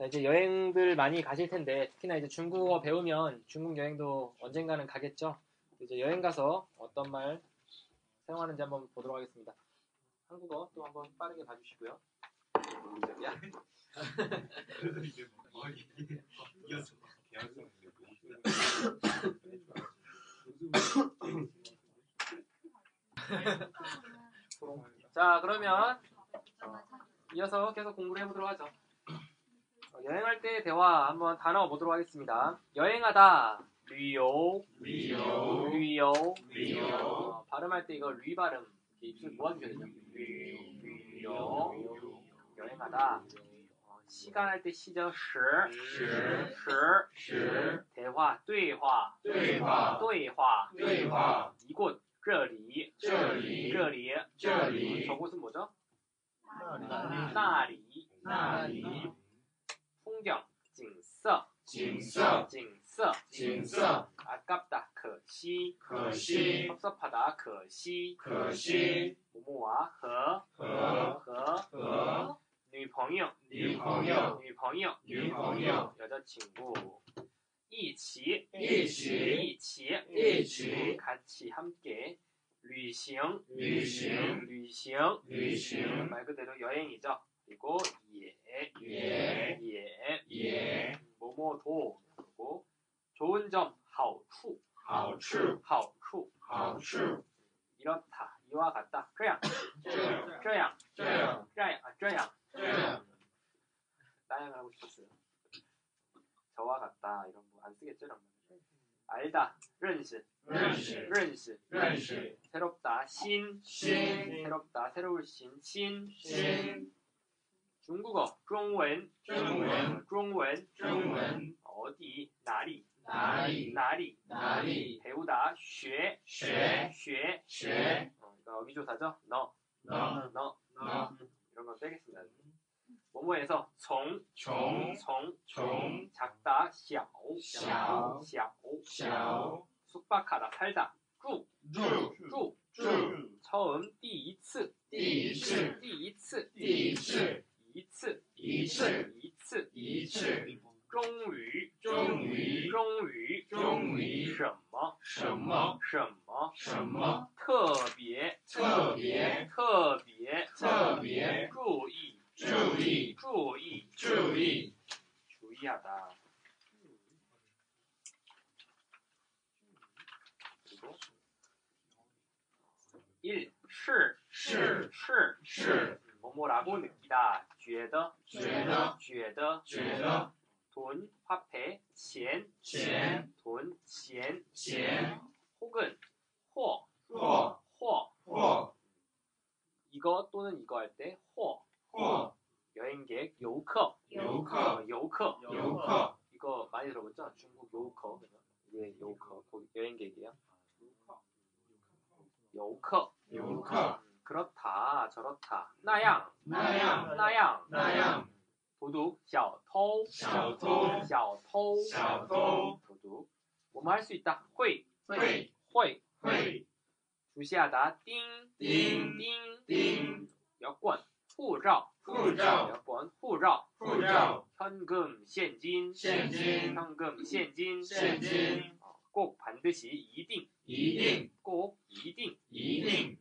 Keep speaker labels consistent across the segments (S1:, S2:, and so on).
S1: 자, 이제 여행들 많이 가실 텐데 특히나 이제 중국어 배우면 중국 여행도 언젠가는 가겠죠. 이제 여행 가서 어떤 말 사용하는지 한번 보도록 하겠습니다. 한국어 또 한번 빠르게 봐주시고요. 야,
S2: 그래서 이제 뭐 거의 이어서 계약서는 이제 모두
S1: 자 그러면 이어서 계속 공부를 해보도록 하죠. 어, 여행할 때 대화 한번 단어 보도록 하겠습니다. 여행하다 류요 류요 류요 어, 발음할 때 이거 류 발음 이렇게 입술 모아주셔야 되죠. 류요 여행하다 어, 시간 할 때 시죠 시, 시, 대화 对话
S2: 对话
S1: 对话
S2: 对话
S1: 이곳 这里
S2: 这里
S1: 这里
S2: 这里
S1: 저곳은 뭐죠?
S2: 那里
S1: 那里
S2: 那里
S1: 풍경 景色
S2: 景色
S1: 景色
S2: 景色
S1: 아깝다 可惜
S2: 可惜
S1: 섭섭하다 可惜
S2: 可惜
S1: 모모와 그, 和
S2: 和
S1: 和
S2: 그. 和
S1: 女朋友
S2: 女朋友
S1: 女朋友
S2: 女朋友
S1: 여자친구 一起
S2: 一起
S1: 一起
S2: 一起
S1: 같이 함께 旅行
S2: 旅行
S1: 旅行
S2: 旅行
S1: 말 그대로 여행이죠. 그리고 예,
S2: 예,
S1: 예,
S2: 也
S1: 뭐뭐도 그리고 좋은 점, 好处,
S2: 好处
S1: 好处,
S2: 好处
S1: 이렇다, 이와 같다, 这样,
S2: 这
S1: 这样,
S2: 这样
S1: 这样, 아, 这样,
S2: 这
S1: 나양 하고 싶었어요. 저와 같다, 이런 거 안 쓰겠죠, 이런 거. 알다, 认识,
S2: 认识
S1: 认识,
S2: 认识
S1: 새롭다, 신,
S2: 新
S1: 새롭다, 새로울 신, 신,
S2: 新
S1: 중국어, 中文,
S2: 中文,
S1: 中文,
S2: 中文
S1: 어디, 나리,
S2: 哪里
S1: 나리,
S2: 哪里
S1: 배우다, 学,
S2: 学
S1: 学,
S2: 学
S1: 어, 그러니까 어기조사죠. 너,
S2: 能
S1: 너, 음,
S2: 너.
S1: 이런 거 빼겠습니다. 뭐뭐에서 종,
S2: 从
S1: 종,
S2: 从
S1: 작다, 小,
S2: 小
S1: 小,
S2: 小
S1: 숙박하다, 살다, 쭉,
S2: 住
S1: 쭉,
S2: 住
S1: 처음, 第一次,
S2: 第一次
S1: 第一次,
S2: 第一次
S1: 一次,
S2: 一次
S1: 一次,
S2: 一次
S1: 종유,
S2: 终于
S1: 종유,
S2: 终于
S1: 什么,
S2: 什么
S1: 什么,
S2: 什么
S1: 特别,
S2: 特别
S1: 特别,
S2: 特别
S1: 注意,
S2: 注意
S1: 注意,
S2: 注意
S1: 주의하다. 그리고 1. 是
S2: 是
S1: 是
S2: 是
S1: 뭐뭐라고 느끼다. 觉得
S2: 觉得
S1: 觉得
S2: 觉得
S1: 돈 화폐 钱
S2: 钱
S1: 돈钱
S2: 钱
S1: 혹은 或
S2: 或
S1: 或
S2: 或
S1: 이거 또는 이거 할때호
S2: 或
S1: 여행객 요커
S2: 游
S1: 어,
S2: 客
S1: 요커
S2: 游客
S1: 이거 많이 들어봤죠? 중국 요커 이게 요커 고- 여행객이에요. 요커
S2: 游客
S1: 음, 그렇다 저렇다 나양
S2: 那样
S1: 나양
S2: 那样
S1: 도둑 小偷
S2: 小偷
S1: 小偷
S2: 小偷
S1: 도둑 뭐뭐 할 수 있다 会
S2: 会
S1: 会
S2: 会
S1: 주시하다 띵
S2: 띵,
S1: 띵,
S2: 丁
S1: 여권 护照
S2: 护照
S1: 여권 护照
S2: 护照
S1: 현금 现金
S2: 现金
S1: 현금 现金
S2: 现金
S1: 어, 꼭 반드시 一定
S2: 一定
S1: 꼭 一定
S2: 一定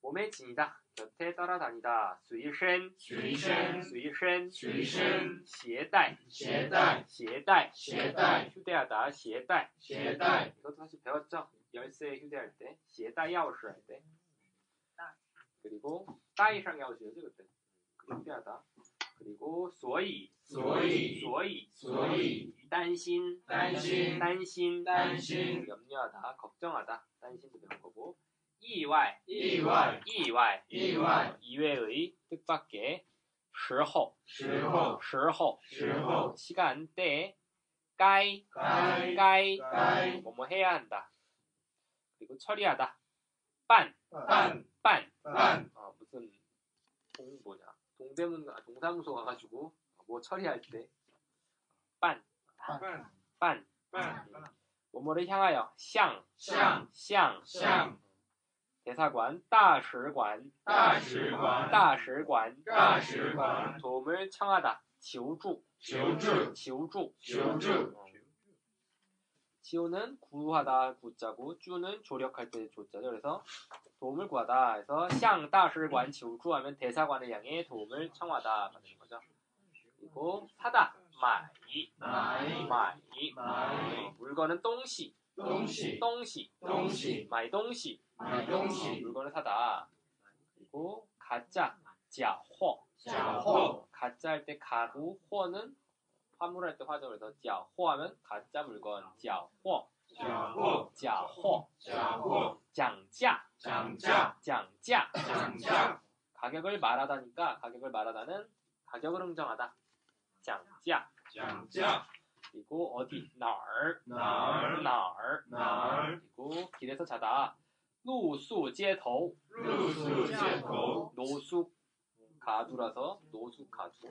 S1: 몸에 지니다 곁에 따라다니다 随身
S2: 随身
S1: 随身
S2: 随身
S1: 携带
S2: 携带
S1: 携带
S2: 携带
S1: 휴대하다 携带
S2: 携带
S1: 이것도 사실 배웠죠 열쇠 휴대할 때 携带钥匙 할때 그리고 따이상 야오시였죠 그때 그 휴대하다 그리고 所以
S2: 所以
S1: 所以
S2: 所以
S1: 担心
S2: 担心
S1: 担心
S2: 担心
S1: 음, 염려하다 걱정하다担心도 배운 거고 意外
S2: 意外
S1: 意外
S2: 意外
S1: 이외의 뜻밖의 时候
S2: 时候
S1: 时候
S2: 时候
S1: 시간대 까이,
S2: 까이,
S1: 까이,
S2: 까이,
S1: 뭐뭐 해야 한다. 그리고 처리하다. 빤,
S2: 빤,
S1: 빤.
S2: 빤,
S1: 어, 무슨 동 뭐냐 동대문 아, 동사무소 가가지고 뭐 처리할 때 빤,
S2: 빤,
S1: 빤, 아, 예.
S2: 빤,
S1: 뭐뭐를 향하여 샹,
S2: 向
S1: 샹,
S2: 向
S1: 대사관, 大使馆,
S2: 大使馆
S1: 大使馆,
S2: 大使馆
S1: 도움을 청하다, 求助,
S2: 求助
S1: 求助,
S2: 求助
S1: 어. 지호는 구하다 구자고 주는 조력할 때 조자죠. 그래서 도움을 구하다 해서 샹 다시관 지우주하면 대사관을 향해 도움을 청하다 받는 거죠. 그리고 사다 마이
S2: 마이,
S1: 마이
S2: 마이.
S1: 어, 물건은 똥시
S2: 东西
S1: 똥시
S2: 东西
S1: 마이 똥시
S2: 买东
S1: 어,
S2: 西
S1: 물건을 사다 그리고 가짜 자호
S2: 假货
S1: 가짜 할 때 가구 호는 화물할 때 화죠. 그래서 자호 하면 가짜 물건 자호
S2: 假货
S1: 자호
S2: 假货
S1: 장자
S2: 涨价
S1: 장자
S2: 涨价
S1: 가격을 말하다니까 가격을 말하다는 가격을 흥정하다 장자
S2: 涨价
S1: 그리고 어디 나얼
S2: 哪儿
S1: 나얼
S2: 哪儿
S1: 그리고 길에서 자다 노수街头
S2: 露宿街头
S1: 노숙 가두라서 노숙 가두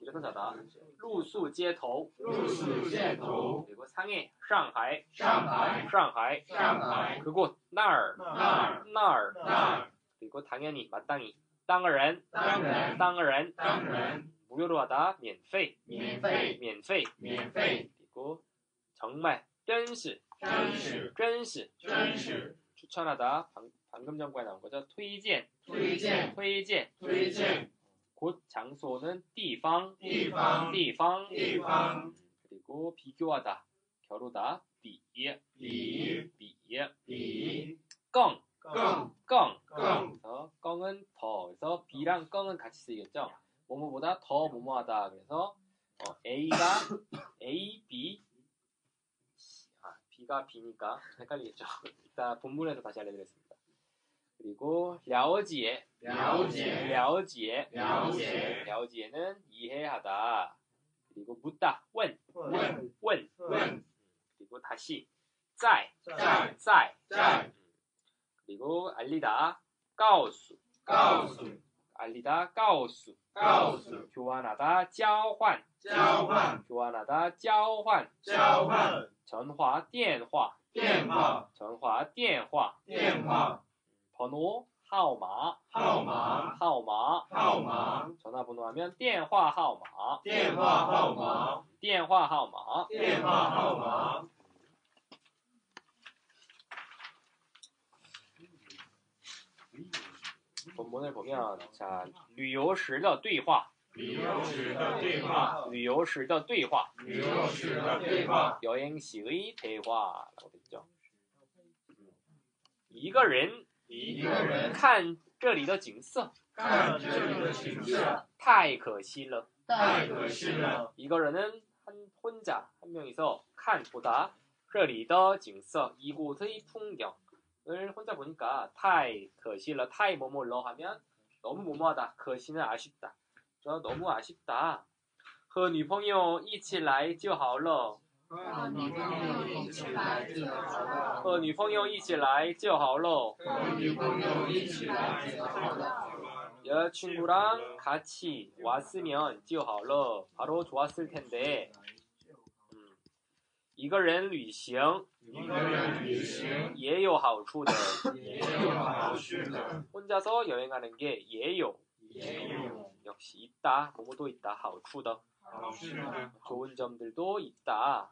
S1: 길에서 자다 노수街头
S2: 露宿街头
S1: 그리고 상해 上海
S2: 上海
S1: 上海
S2: 上海
S1: 그곳 나얼
S2: 那儿
S1: 나얼
S2: 那儿
S1: 그리고 당연히 마땅히 땅어른
S2: 当然
S1: 땅어른
S2: 当然
S1: 무료로 하다 免费
S2: 免费
S1: 免费
S2: 免费
S1: 그리고 정말 真是
S2: 真是
S1: 真是
S2: 真是
S1: 추천하다 방, 방금 전과에 나온 거죠 推荐
S2: 推荐
S1: 推荐
S2: 推荐
S1: 곧 장소는 地方
S2: 地方
S1: 地方
S2: 地方
S1: 그리고 비교하다 겨루다 比
S2: 比
S1: 比
S2: 比
S1: 껑
S2: 更
S1: 껑
S2: 껑.
S1: 그래서 껑은 더 그래서 비랑 껑은 같이 쓰이겠죠 뭐뭐보다 더 뭐뭐하다 그래서 어, A가 A, B 아, B가 B니까 헷갈리겠죠 이따 본문에서 다시 알려드리겠습니다 그리고 了解
S2: 了解
S1: 了解
S2: 了解
S1: 了解는 이해하다 그리고 묻다 问
S2: 问
S1: 问
S2: 问
S1: 그리고 다시 在
S2: 在
S1: 在
S2: 在
S1: 그리고 알리다 告诉
S2: 告诉
S1: 알리다 告诉
S2: 告诉
S1: 교환하다 交换
S2: 交换
S1: 교환하다 交换
S2: 交换
S1: 전화 电话
S2: 电话
S1: 전화 电话
S2: 电话
S1: 번호 号码
S2: 号码
S1: 号码
S2: 号码
S1: 전화번호 하면 电话号码
S2: 电话号码
S1: 电话号码
S2: 电话号码
S1: 본문을 보면 자, 旅游时的对话
S2: 旅游时的对话
S1: 旅游时的对话
S2: 旅游时的对话
S1: 여행시의 대화라고 했죠. 이거는
S2: 一个人
S1: 看这里的景色
S2: 看这里的景色
S1: 太可惜了.
S2: 太可惜了
S1: 이거는 한 혼자 한 명이서 看 보다 这里的景色 이곳의 풍경을 혼자 보니까 太可惜了.太 뭐뭐러 하면 너무 뭐뭐하다. 可惜는 아쉽다. 저 너무 아쉽다. 和女朋友一起来就好了.
S2: 和女朋友一起来就好了，
S1: 和女朋友一起来就好了.
S2: 和女朋友一起来就好了，
S1: 여자친구랑 같이 왔으면 就好了. 바로 좋았을 텐데. 음. 一个人旅行
S2: 一个人旅行
S1: 也有好处的.
S2: 也有好处的，
S1: 혼자서 여행하는 게 예. 예요.
S2: 也有
S1: 역시 있다. 뭐뭐도 있다. 好处的.
S2: 好处的，
S1: 좋은 점들도 있다.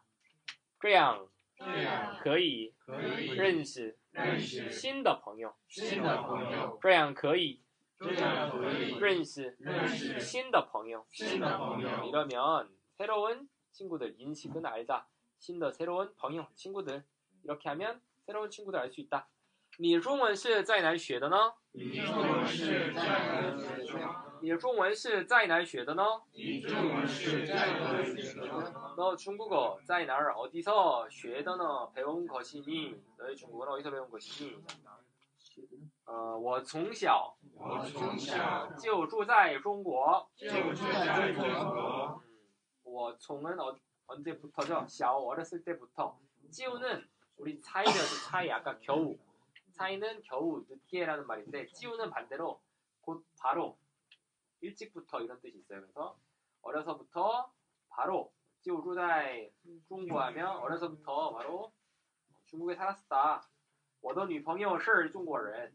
S1: 这样
S2: 这样
S1: 可以
S2: 可以
S1: 认识
S2: 认识
S1: 新的朋友.
S2: 新的朋友，
S1: 这样可以
S2: 这样可以
S1: 认识
S2: 认识
S1: 新的朋友.
S2: 新的朋友，
S1: 이러면 새로운 친구들 인식은 알다. 신더 새로운 방영 친구들 이렇게 하면 새로운 친구들 알 수 있다. 你中文是在哪学的呢?
S2: 你中文是在哪里学的？
S1: 你中文是在哪学的呢?
S2: 你中文是在哪里学的？
S1: 너 중국어 在哪 어디서 学的呢? 배운 것이니 너의 중국어는 어디서 배운 것이니? 어,
S2: 我从小
S1: 我从小就住在中国.
S2: 就住在中
S1: 음,
S2: 国，
S1: 我从은 어, 언제부터죠? 샤오 어렸을 때부터. 찌우는 우리 차이여서 차이 아까 겨우. 차이는 겨우 늦게라는 말인데 찌우는 반대로 곧 바로 일찍부터 이런 뜻이 있어요. 그래서 어려서부터 바로 찌우루다이 중국하면 어려서부터 바로 중국에 살았다. 我的女朋友是中国人。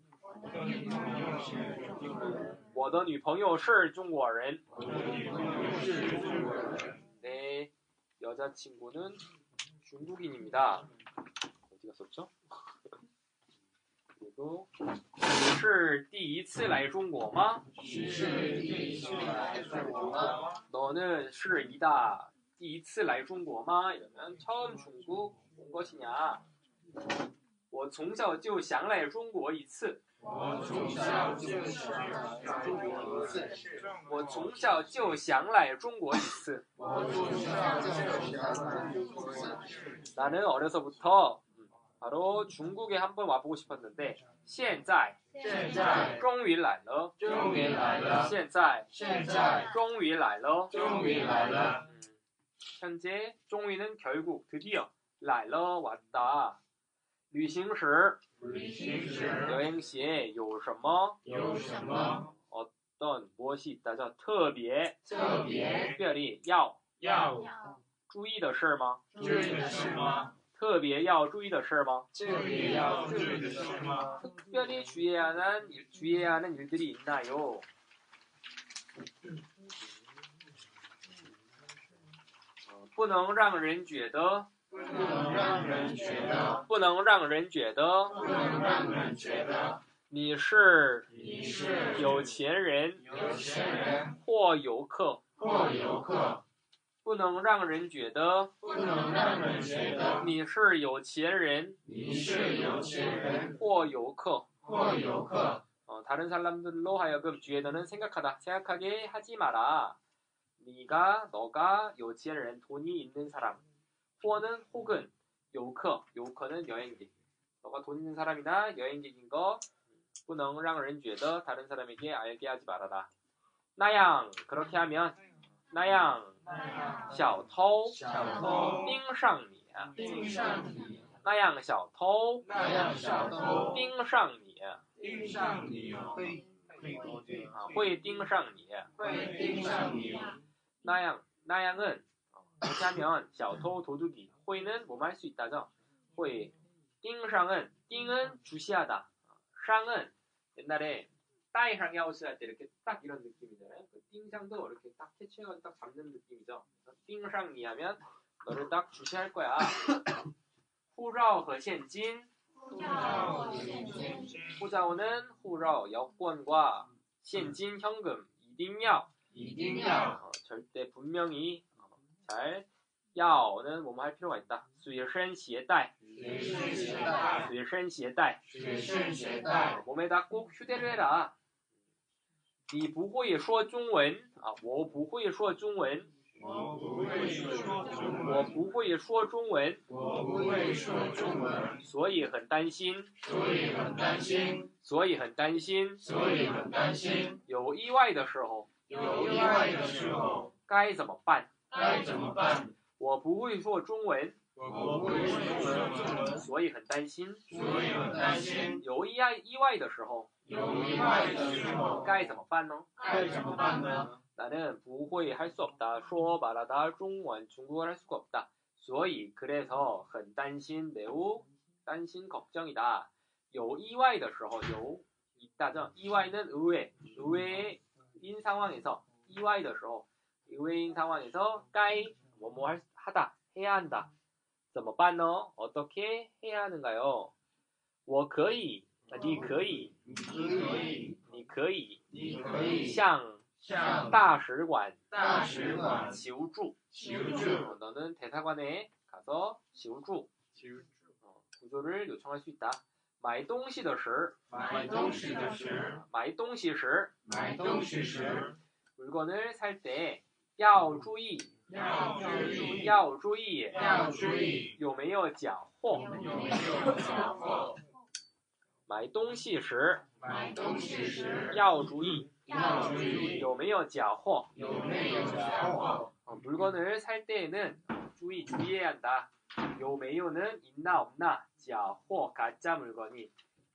S1: 我的女朋友是中国人。 내 여자친구는 중국인입니다. 어디가 썼죠? 그리고 是第一次来中国吗?是第一次来中国吗? 너는 是이다. 第一次来中国吗? 이러면 처음 중국 온 것이냐? 我从小就想来中国一次。我从小就想来中国一次。 나는 어려서부터 음, 바로 중국에 한번 와보고 싶었는데 现在终于来了现在终于来了 음, 현재 终于는 결국 드디어 来了 왔다. 旅行时 여행시에 有什么 어떤 무엇이 있다죠? 特别 특별히 要注意的事吗?特别要注意的事吗? 특별히 주의해야 하는 일- 주의해야 하는 일들이 있나요? 어, 不能让人觉得不能让人觉得你是有钱人或游客，不能让人觉得你是有钱人或游客。 어, 다른 사람들로 하여금 뒤에서는 생각하다, 생각하게 하지 마라. 네가, 너가, 요지에는 돈이 있는 사람. 후어는 혹은 요커, 요커는 여행객. 너가 돈 있는 사람이나 여행객인 거, 뿌넝랑렌주에서 다른 사람에게 알게 하지 말아라. 나양, 그렇게 하면, 나양, 小偷,盯上你,那样小偷,盯上你,啊会盯上你。那样那样은그렇게하면小偷도둑이 회는 뭐할 수 있다죠. 회 띵상은 띵은 주시하다. 상은 옛날에 따이상 야오스 할 때 이렇게 딱 이런 느낌이잖아요. 그 띵상도 이렇게 딱 캐치해가지고 딱 잡는 느낌이죠. 띵상이하면 너를 딱 주시할 거야. 후라오 和现金 후자오는 후라오 여권과 현진 현금 이딩야 어, 절대 분명히 어, 잘 야오는 뭐뭐 할 필요가 있다. 수일身 携带, 수일身 携带. 어, 몸에다 꼭 휴대를 해라. 你不会说中文, 아, 我不会说中文,我不会说中文,所以很担心,所以很担心,有意外的时候,该怎么办?我不会说中文，所以很担心。有意外意外的时候，该怎么办呢？나는不会할수없다，说말하다中文중국어를할수가없다。所以그래서很担心，매우担心걱정이다。有意外的时候，有있다죠이와이는의외의외인상황에서이와이的时候， 의외인 상황에서 까이 뭐뭐 할, 수- 하다 해야 한다. 怎么办呢? 어떻게 해야 하는가요? 我可以, 아, 你可以,你可以,向大使馆嗯 지우주, 어, 너는 대사관에 가서 지우주 어, 嗯 구조를 요청할 수 있다. 买东西的时,买东西时, 물건을 살때 要注意,要注意,有没有缴获？买东西时要注意，有没有缴获？물건을살때에는 주의, 주의해야 한다. 요 메이오는 있나 없나, 자호 가짜 물건이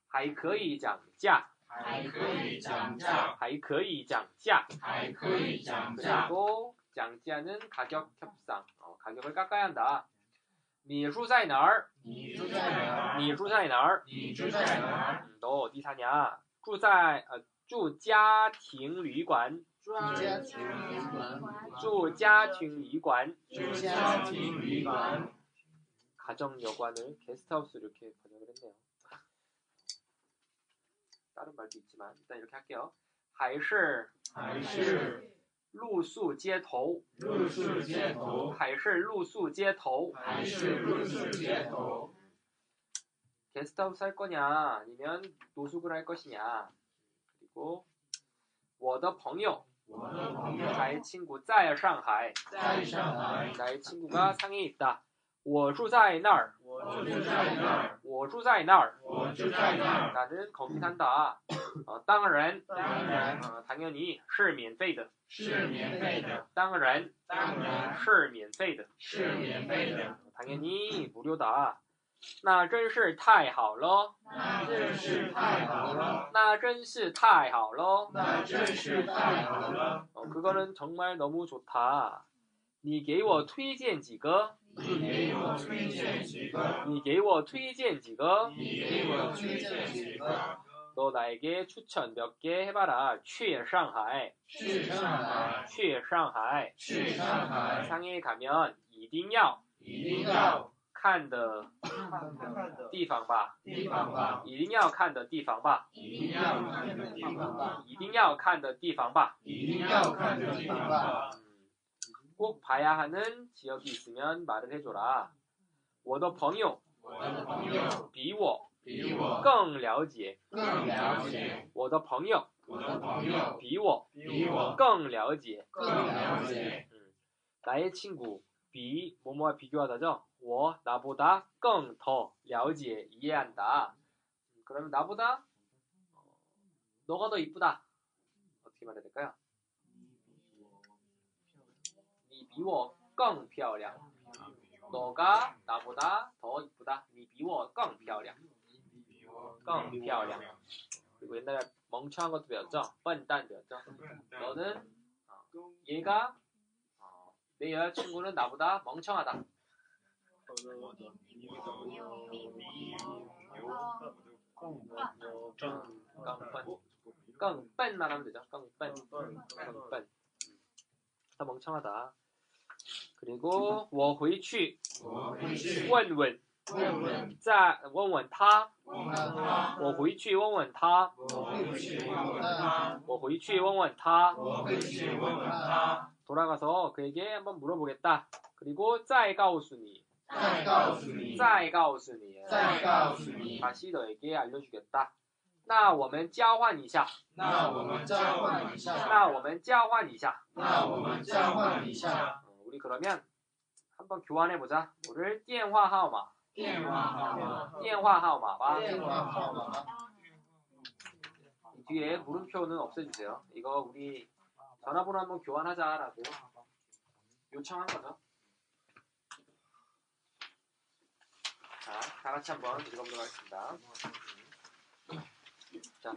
S1: 还可以涨价,
S3: 还可以涨价，
S1: 还可以涨价.
S3: 还可以涨价，
S1: 그리고 장지하는 가격 협상, 어, 가격을 깎아야 한다. 你住在哪儿?
S3: 你住在哪儿？
S1: 你住在哪儿?
S3: 你住在哪儿？
S1: 음, 너 어디 사냐? 住在, 어, 住家庭旅馆,
S3: 家庭旅馆，
S1: 住家庭旅馆,
S3: 住家庭旅馆，
S1: 가정여관을 게스트하우스 이렇게 번역을 했네요. 다른 말도 있지만 일단 이렇게 할게요.
S3: 还是
S1: 还是露宿街头,还是露宿街头.
S3: 露宿街头，还是露宿街头？
S1: 게스트하우스 할 거냐 아니면 노숙을 할 것이냐 그리고 我的朋友
S3: 我的朋友
S1: 나의 친구 在上海
S3: 在上海，
S1: 나의 친구가 상해에 있다 我住在那儿
S3: 我住在那儿，
S1: 我住在那儿
S3: 我住在那儿。
S1: 나는 거기 산다 어, 当然
S3: 当然
S1: 어, 당연히 是免费的
S3: 是免费的，
S1: 当然
S3: 当然
S1: 是免费的
S3: 是免费的，
S1: 당연히 무료다 那真是太好了
S3: 那真是太好了，
S1: 那真是太好了哦
S3: 那真是太好了。
S1: 어, 그거는 정말 너무 좋다. 你给我推荐几个?
S3: 你给我推荐几个，
S1: 你给我推荐几个?
S3: 你给我推荐几个
S1: 너 나에게 추천 몇 개 해봐라. 去上海,
S3: 去上海，
S1: 去上海.
S3: 去上海
S1: 상해에 가면 一定要
S3: 一定要
S1: 看的地方吧.
S3: 地方吧，
S1: 一定要看的地方吧.
S3: 一定要看的地方吧，
S1: 一定要看的地方吧.
S3: 一定要看的地方吧，
S1: 음, 꼭 봐야 하는 지역이 있으면 말을 해줘라. 我的朋友比我更了解
S3: 我的朋友比我更了解，
S1: 我的朋友
S3: 我的朋友
S1: 比我
S3: 比我
S1: 更了解。
S3: 更了解，
S1: 음, 나의 친구 비 뭐뭐와 비교하다죠. 我 나보다 更더了解 이해한다. 음, 그러면 나보다 어, 너가 더 이쁘다. 어떻게 말해야 될까요? 니 비워 更漂亮. 너가 나보다 더 이쁘다. 니 비워 更漂亮.更漂亮. 그리고 옛날에 멍청한 것도 배웠죠. 뻔딴 배웠죠. 너는 어, 얘가 어, 내 여자친구는 나보다 멍청하다. 깡笨, 깡笨만 하면 되죠. 깡笨, 깡笨. 다 멍청하다. 그리고 我回去
S3: 我回去
S1: 问问,
S3: 问问，
S1: 再问问他,
S3: 问问他，
S1: 我回去问问他,
S3: 我回去问问他，
S1: 我回去问问他,
S3: 我回去问问他，
S1: 돌아가서 그에게 한번 물어보겠다. 그리고 再告诉你,
S3: 再告诉你，
S1: 再告诉你,
S3: 再告诉你，
S1: 다시 너에게 알려주겠다. 나我们交换一下.
S3: 那我们交换一下，
S1: 나我们交换一下.
S3: 那我们交换一下
S1: 어, 우리 그러면 한번 교환해 보자. 오늘 电话号码.
S3: 电话号码，
S1: 电话号码吧.
S3: 电话号码，
S1: 이 뒤에 물음표는 없애주세요. 이거 우리 전화번호 한번 교환하자라고 요청한 거죠. 자, 다 같이 한번 읽어보도록 하겠습니다. 자,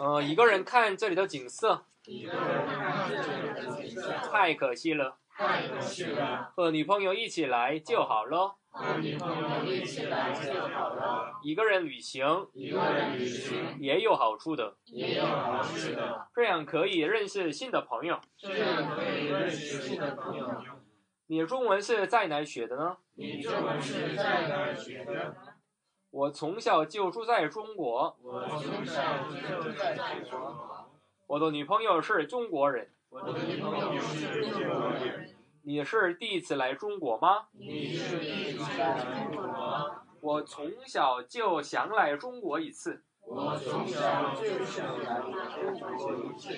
S1: 어, 이거는 看这里的景色
S3: 一个人看这里的景色
S1: 太可惜了。
S3: 太可惜了，
S1: 和女朋友一起来就好了。
S3: 和女朋友一起来就好了，
S1: 一个人旅行
S3: 一个人旅行
S1: 也有好处的，
S3: 也有好处的，
S1: 这样可以认识新的朋友。
S3: 这样可以认识新的朋友。
S1: 你中文是在哪学的呢？
S3: 你中文是在哪儿学的？
S1: 我从小就住在中国，
S3: 我从小就在中国，
S1: 我的女朋友是中国人。
S3: 我的女朋友是中国人。
S1: 你是第一次来中国吗？
S3: 你是第一次来中国吗？
S1: 我从小就想来中国一次，
S3: 我从小就想来中国一次，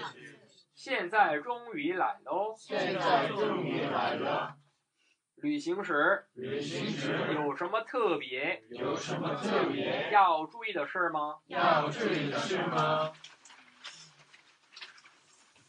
S1: 现在终于来喽。
S3: 现在终于来了。
S1: 旅行时
S3: 旅行时
S1: 有什么特别
S3: 有什么特别
S1: 要注意的事吗？
S3: 要注意的事吗？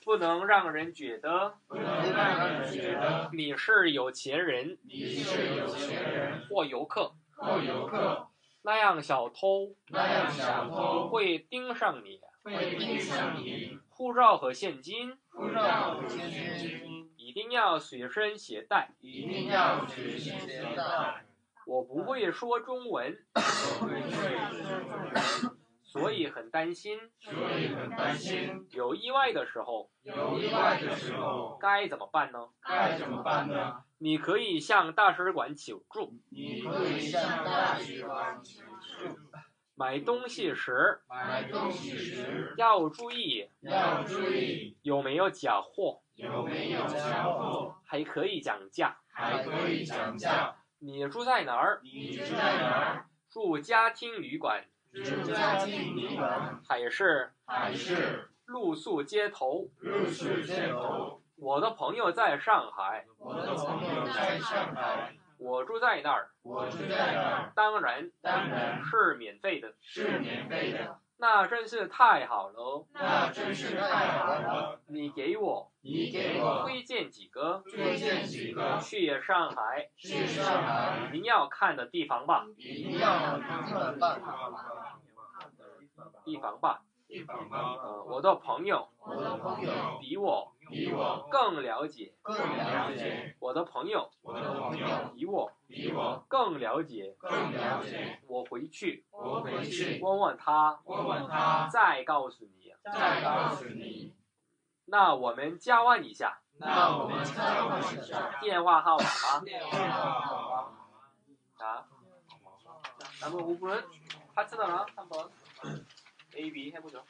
S1: 不不能让人觉得
S3: 不能让人觉得
S1: 你是有钱人
S3: 你是有钱人
S1: 或游客，
S3: 或游客，
S1: 那样小偷
S3: 那样小偷
S1: 会盯上你。
S3: 会盯上你，
S1: 护照和现金
S3: 不让我现金，
S1: 一定要随身携带。
S3: 一定要随身携带。
S1: 我不会说中文，
S3: 我会对
S1: 所以很担心
S3: 所以很担心，
S1: 有意外的时候
S3: 有意外的时候
S1: 该怎么办呢？
S3: 该怎么办呢？
S1: 你可以向大使馆求助。
S3: 你可以向大使馆求助。
S1: 买东西时
S3: 买东西时
S1: 要注意
S3: 要注意
S1: 有没有假货，
S3: 有没有假货，
S1: 还可以讲价。
S3: 还可以讲价。
S1: 你住在哪儿？
S3: 你住在哪儿？
S1: 住家庭旅馆
S3: 住家近旅馆
S1: 还是
S3: 还是
S1: 露宿街头？
S3: 入室街头？
S1: 我的朋友在上海，
S3: 我的朋友在上海，
S1: 我住在那儿，
S3: 我住在那儿，
S1: 当然
S3: 当然
S1: 是免费的。
S3: 是免费的。
S1: 那真是太好了！哦
S3: 那真是太好了！
S1: 你给我
S3: 你给我
S1: 推荐几个
S3: 推荐几个
S1: 去上海
S3: 去上海
S1: 一定要看的地方吧，
S3: 一定要看的办法。
S1: 地方吧。
S2: 地方吧，
S1: 呃，我的朋友
S3: 我的朋友
S1: 比我
S3: 比我
S1: 更了解，
S3: 更了解，
S1: 我的朋友
S2: 我的朋友
S1: 比我
S3: 比我
S1: 更了解。
S3: 更了解。
S1: 我回去
S3: 我回去
S1: 问问他，
S3: 问问他，
S1: 再告诉你。啊
S3: 再告诉你。
S1: 那我们交换一下
S3: 那我们再问一下
S1: 电话号码啊吧。
S3: 电话号码。
S1: 자, 남은 5분은 파트너랑 한번 A, B 해보죠.